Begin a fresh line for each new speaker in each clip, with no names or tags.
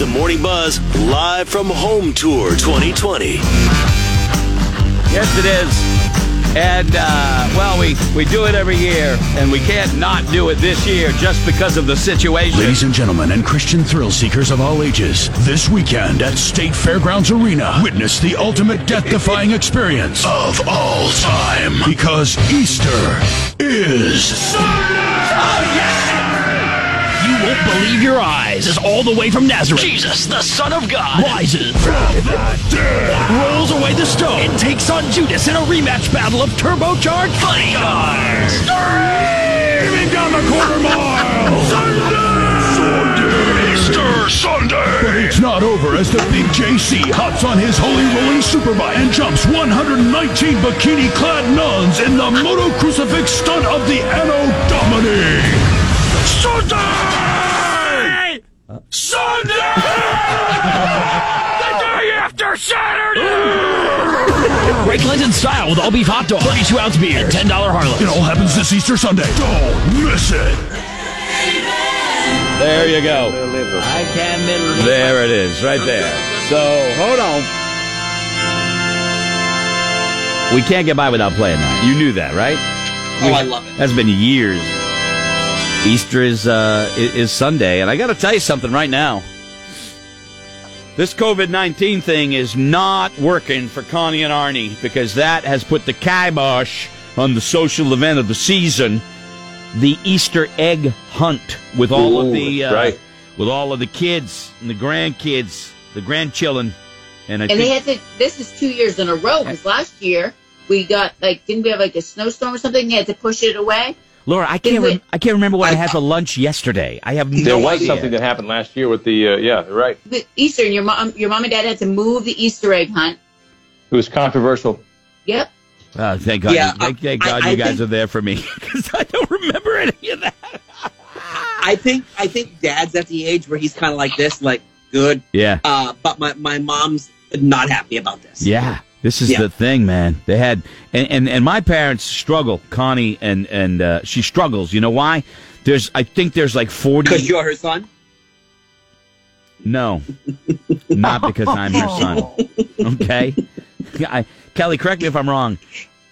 Shaw's Live from Home Tour 2020.
Yes, it is. And uh, well, we, we do it every year, and we can't not do it this year just because of the situation.
Ladies and gentlemen, and Christian thrill seekers of all ages, this weekend at State Fairgrounds Arena, witness the ultimate death defying experience of all time. Because Easter is.
You won't believe your eyes is all the way from Nazareth. Jesus, the Son of God, rises from the dead, rolls away the stone, and takes on Judas in a rematch battle of turbocharged funny cars. Screaming down the quarter mile. Sunday. Easter Sunday.
But it's not over as the big JC hops on his holy rolling superbike and jumps 119 bikini clad nuns in the moto crucifix stunt of the Anno Domini. Sunday! Sunday!
Greg Clinton style with all beef hot dog, 32 ounce beer, and $10 Harlot.
It all happens this Easter Sunday. Don't miss it.
There you go.
I can't believe
There it is, right there. So hold on. We can't get by without playing that. You knew that, right?
Oh, I love it.
That's been years. Easter is uh, i- is Sunday, and I got to tell you something right now. This COVID nineteen thing is not working for Connie and Arnie because that has put the kibosh on the social event of the season, the Easter egg hunt with all of the uh,
right.
with all of the kids and the grandkids, the grandchildren, and I
And they
think-
had to. This is two years in a row because last year we got like didn't we have like a snowstorm or something? They had to push it away.
Laura, I
Is
can't
it-
rem- I can't remember what I, had for lunch yesterday. I have no
There was
idea.
something that happened last year with the uh, yeah, you're right.
But Easter and your mom, your mom and dad had to move the Easter egg hunt.
It was controversial.
Yep.
Oh, thank God!
Yeah,
you, thank, thank
I-
God
I
you guys
think-
are there for me because I don't remember any of that.
I think I think dad's at the age where he's kind of like this, like good,
Yeah,
uh, but my, my mom's not happy about this.
yeah. This is
Yeah.
the thing, man. They had and, and and my parents struggle. Connie and and uh, she struggles. You know why? There's I think there's like forty.
because you're her son.
No, not because I'm your son. Okay, I, Kelly, correct me if I'm wrong.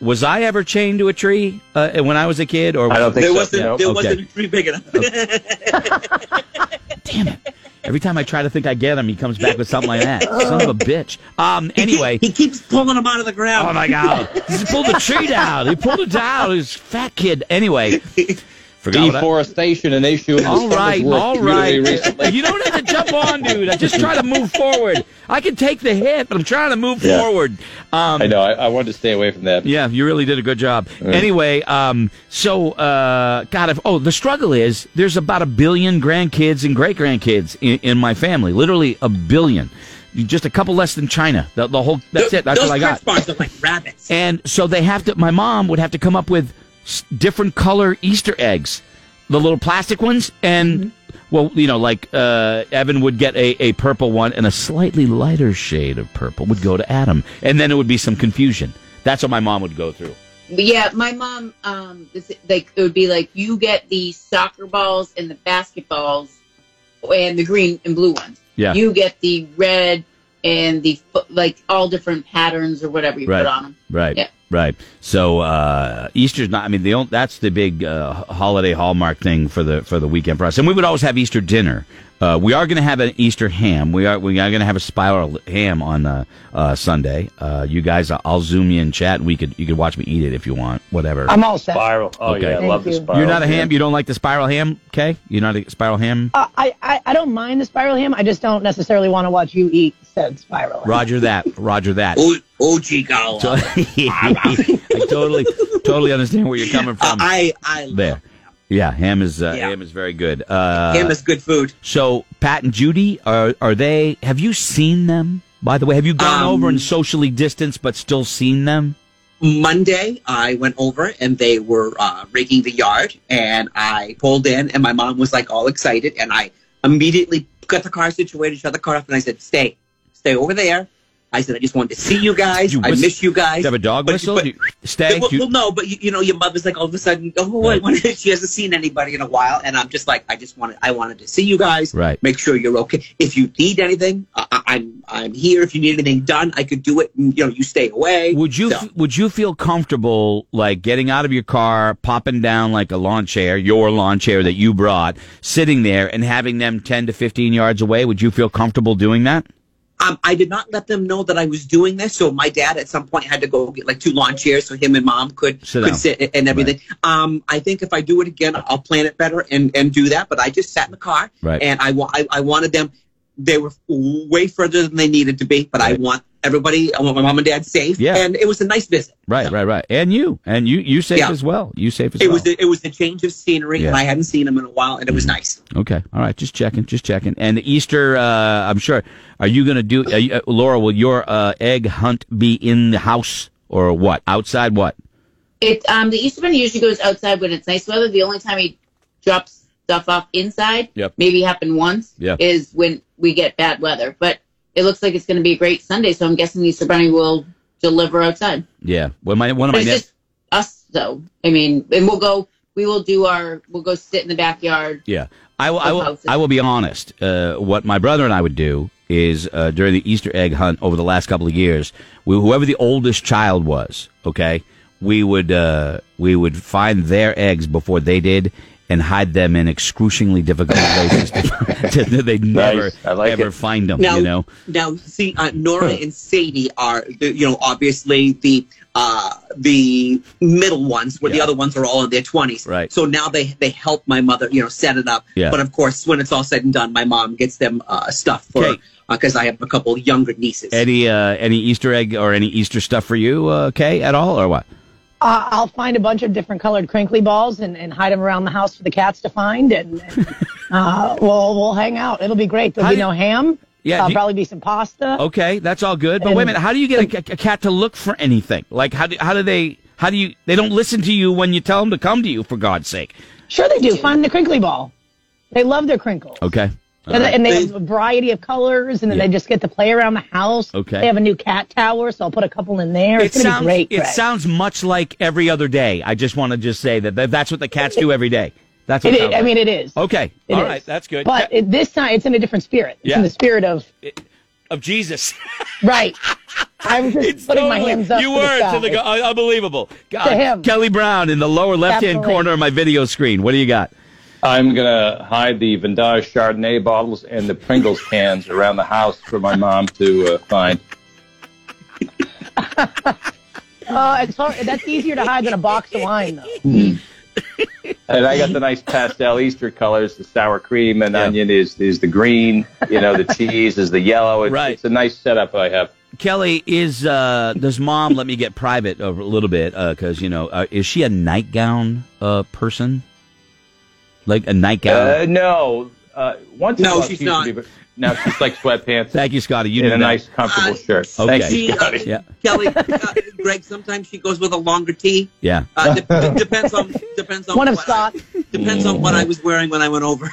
Was I ever chained to a tree uh, when I was a kid? Or
I don't think so.
There wasn't
Nope.
there
okay.
wasn't a tree big enough.
damn it. Every time I try to think I get him, he comes back with something like that. Son of a bitch. Um. Anyway,
he keeps pulling him out of the ground.
Oh my god! he pulled the tree down. He pulled it down. He's a fat kid. Anyway, forgot. what I-
Deforestation, an issue. in the
all right,
Summersworth
all
community recently.
right. You don't have to jump on, dude. I just try to move forward. I can take the hit, but I'm trying to move
Yeah.
forward. Um,
I know. I, I wanted to stay away from that.
yeah, you really did a good job. Anyway, um, so uh, God, if, oh, the struggle is there's about a billion grandkids and great grandkids in, in my family. Literally a billion. Just a couple less than China. The, the whole that's it. That's
Those
what I got.
Crunch bars look like rabbits.
And so they have to. My mom would have to come up with s- different color Easter eggs, the little plastic ones, and well, you know, like uh, Evan would get a, a purple one, and a slightly lighter shade of purple would go to Adam, and then it would be some confusion. That's what my mom would go through.
But yeah, my mom. Um, this, like it would be like you get the soccer balls and the basketballs, and the green and blue ones.
Yeah.
You get the red and the fo- like all different patterns or whatever you
Right.
put on them.
Right.
Yeah.
Right. So uh, Easter's not. I mean, the only, that's the big uh, holiday hallmark thing for the for the weekend for us. And we would always have Easter dinner. Uh, we are going to have an Easter ham. We are we are going to have a spiral ham on uh, uh, Sunday. Uh, you guys, I'll zoom you in chat. We could you could watch me eat it if you want. Whatever.
I'm all set. I,
Spiral. Oh
Okay.
yeah, I
Thank
love the
you.
spiral.
You're not a ham. You don't like the spiral ham, Kay? You're not a spiral ham.
Uh, I, I I don't mind the spiral ham. I just don't necessarily want to watch you eat said spiral ham.
Roger that. Roger that.
Oh, oh, gee, golly.
So-
Uh,
I totally totally understand where you're coming from.
I I love
there. Yeah, ham is uh,
Yeah.
ham is very good. Uh,
him is good food.
so Pat and Judy are are they? Have you seen them? By the way, have you gone
Um,
over and socially distanced but still seen them?
Monday, I went over and they were uh, raking the yard, and I pulled in, and my mom was like all excited, and I immediately got the car situated, shut the car off, and I said, "Stay, stay over there. I said I just wanted to see you guys.
You
I
whis-
miss you guys.
Do you have a dog
But-
whistle?
but-
Do you- stag?
well,
you-
well, no, but you, you know, your mother's like all of a sudden, oh, I
Right.
wanted, she hasn't seen anybody in a while, and I'm just like, I just wanted, I wanted to see you guys,
Right.
Make sure you're okay. If you need anything, I, I- I'm I'm here. If you need anything done, I could do it. And, you know, you stay away.
Would you
So,
f would you feel comfortable like getting out of your car, popping down like a lawn chair, your lawn chair that you brought, sitting there and having them ten to fifteen yards away? Would you feel comfortable doing that?
um, I did not let them know that I was doing this. So my dad at some point had to go get like two lawn chairs so him and mom could
Sit down.
could sit and- and everything. Um, I think if I do it again, I'll plan it better and and do that. But I just sat in the car,
Right.
and I, wa- I I wanted them. They were way further than they needed to be, but I
Right.
want everybody. I want my mom and dad safe.
Yeah.
and it was a nice visit.
Right,
Yeah.
right, right. And you, and you, you safe
Yeah.
as well. You safe as
It
well.
was a, it was a change of scenery, and
Yeah. Mm-hmm.
I hadn't seen them in a while, and it was nice.
okay, all right. Just checking, just checking. And the Easter, uh, I'm sure. Are you going to do, are you, uh, Laura? Will your uh, egg hunt be in the house or what? Outside what?
It um the Easter Bunny usually goes outside when it's nice weather. The only time he drops stuff off inside,
Yep.
maybe happened once,
Yeah.
is when we get bad weather. But it looks like it's going to be a great Sunday, so I'm guessing the Easter Bunny will deliver outside.
Yeah. Well, my one of
But
my
it's
ne-
just us, though. I mean, and we'll go. We will do our. We'll go sit in the backyard.
Yeah, I will. I will.
houses.
I will be honest. Uh, what my brother and I would do is uh, during the Easter egg hunt over the last couple of years, we, whoever the oldest child was, okay, we would uh, we would find their eggs before they did. And hide them in excruciatingly difficult places. to, to, they'd never,
I like
ever
it.
find them.
Now,
you know,
now, see, uh, Nora and Sadie are, the, you know, obviously the uh, the middle ones, where the
Yeah.
other ones are all in their twenties.
Right.
So now they they help my mother, you know, set it up.
Yeah.
But of course, when it's all said and done, my mom gets them uh, stuff for
Okay.
because I have a couple younger nieces.
any uh, any Easter egg or any Easter stuff for you, uh, Kay, at all, or what?
Uh, I'll find a bunch of different colored crinkly balls and, and hide them around the house for the cats to find, and, and, uh, we'll we'll hang out. It'll be great. There'll
How
be
do-
no ham.
Yeah,
There'll
do you- Oh.
probably be some pasta.
Okay, that's all good. But
And-
wait a minute, how do you get a, a cat to look for anything? Like how do how do they how do you they don't listen to you when you tell them to come to you for God's sake?
Sure, they do. Find the crinkly ball. They love their crinkles.
Okay. All
And,
right.
and they have a variety of colors, and then
Oh. Yeah.
they just get to play around the house.
Okay.
They have a new cat tower, so I'll put a couple in there.
It
It's gonna
sounds
be great.
it
Greg.
sounds much like every other day. I just want to just say that, that that's what the cats do every day. That's
It
what
is-
sounds
I
like.
mean, it is.
Okay.
It
all right,
is.
that's good.
But
Yeah,
it, this time, it's in a different spirit. It's
Yeah.
in the spirit of
of Jesus.
right. I was just putting my
Totally.
hands up.
You
to
were
the
to the
sky.
go- un- unbelievable. God.
To him.
Kelly Brown in the lower left-hand
Definitely.
corner of my video screen. What do you got?
I'm gonna hide the Vendage Chardonnay bottles and the Pringles cans around the house for my mom to uh, find.
Uh, it's hard, that's easier to hide than a box of wine, though.
And I got the nice pastel Easter colors. The sour cream and
Yeah.
onion is is the green. You know, the cheese is the yellow. It's,
Right.
it's a nice setup I have.
Kelly is uh, does mom let me get private over a little bit because you know uh, is she a nightgown uh, person like a nightgown?
Uh, no, uh, once in a
No,
while
she's
she used to
not.
be, but now she's like sweatpants
Thank you, Scotty. You
in
did
a
that.
nice comfortable
Uh,
shirt.
Okay.
Thank
She,
you,
uh,
Scotty.
Yeah.
Kelly, uh, Greg. Sometimes she goes with a longer tee.
Yeah,
Uh, de- de- depends on depends on
One of
what
Scott.
I, depends on
Mm.
what I was wearing when I went over.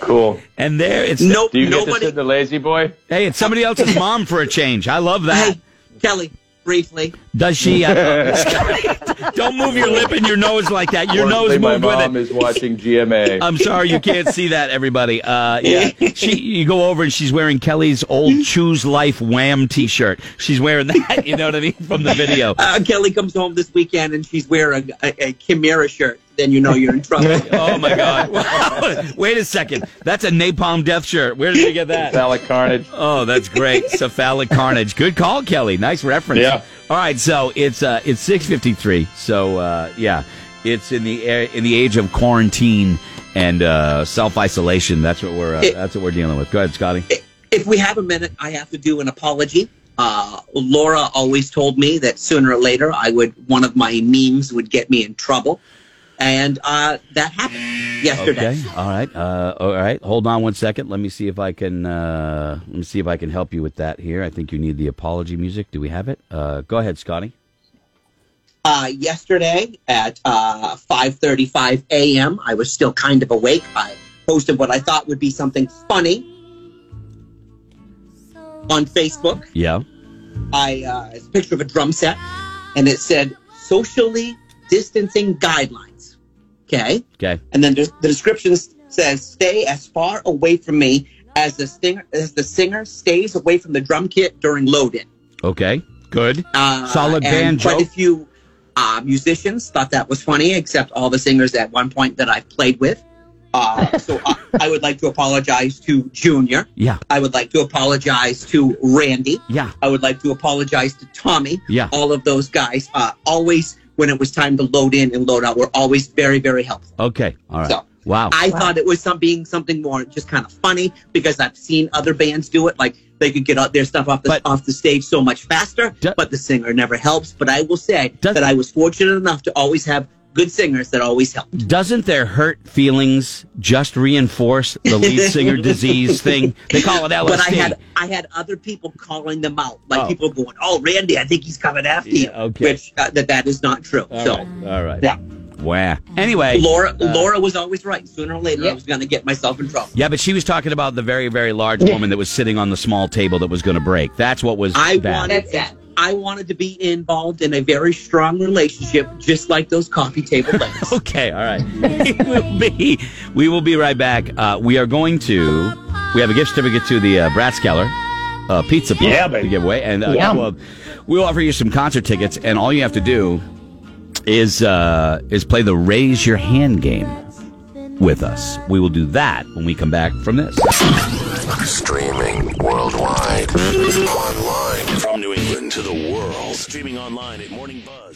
cool.
and there it's
nope,
Do you get to
nobody.
sit in the lazy boy?
Hey, it's somebody else's mom for a change. I love that.
Hey, Kelly, briefly.
Does she? uh, don't move your lip and your nose like that. Your
One
nose
thing my
moved with it. Uh,
mom is watching GMA.
I'm sorry you can't see that, everybody. Uh, yeah, she. You go over and she's wearing Kelly's old Choose Life Wham T-shirt. She's wearing that. You know what I mean from the video.
Uh, Kelly comes home this weekend and she's wearing a, a, a Chimera shirt. Then you know you're in trouble.
Oh my God! Wow. Wait a second. That's a napalm death shirt. Where did you get that?
Salad carnage.
Oh, that's great. Cephalic carnage. Good call, Kelly. Nice reference.
Yeah.
All right. So it's uh, it's six fifty three. So uh, yeah, it's in the air, in the age of quarantine and uh, self isolation. That's what we're uh,
It-
that's what we're dealing with. Go ahead, Scotty.
if we have a minute, I have to do an apology. Uh, Laura always told me that sooner or later I would one of my memes would get me in trouble, and uh, that happened yesterday.
Okay. All right. Uh, all right. Hold on one second. Let me see if I can. Uh, let me see if I can help you with that here. I think you need the apology music. Do we have it? Uh, go ahead, Scotty.
Uh, yesterday at uh, 5:35 a.m., I was still kind of awake. I posted what I thought would be something funny, on Facebook.
Yeah.
I uh, it's a picture of a drum set, and it said socially distancing guidelines. Okay,
Okay.
and then the, the description s- says stay as far away from me as the singer as the singer stays away from the drum kit during load-in.
Okay. Good.
Uh,
Solid
and
band
Quite a
joke.
few uh, musicians thought that was funny, except all the singers at one point that I've played with. Uh, so I, I would like to apologize to Junior.
Yeah.
I would like to apologize to Randy.
Yeah.
I would like to apologize to Tommy.
Yeah.
All of those guys, uh, always when it was time to load in and load out, were always very, very helpful.
Okay. All right.
So,
wow.
I thought it was some being something more just kind of funny because I've seen other bands do it. Like they could get out their stuff off the
But-
off the stage so much faster,
Do-
but the singer never helps. But I will say
Does-
that I was fortunate enough to always have good singers that always helped.
Doesn't their hurt feelings just reinforce the lead singer disease thing? They call it LSD.
But I had I had other people calling them out, like
Oh.
people going, "Oh, Randy, I think he's coming after you,"
Yeah, okay.
which uh, that that is not true.
All
so.
right. uh, All right.
Yeah.
Wow. Anyway.
Laura, Laura was always right. Sooner or later, I was going to get myself in trouble.
Yeah, but she was talking about the very, very large woman that was sitting on the small table that was going to break. That's what was
I
bad.
wanted,
That's that.
I wanted to be involved in a very strong relationship, just like those coffee table ladies.
Okay, all right. we will be. We will be right back. Uh, we are going to. We have a gift certificate to the uh, Bratz Keller uh, Pizza Pub
Yeah,
to
baby.
give away, and uh,
Yeah.
well, we'll offer you some concert tickets. And all you have to do is uh, is play the raise your hand game with us. We will do that when we come back from this.
Streaming worldwide. Online. From New England to the world. Streaming online at Morning Buzz.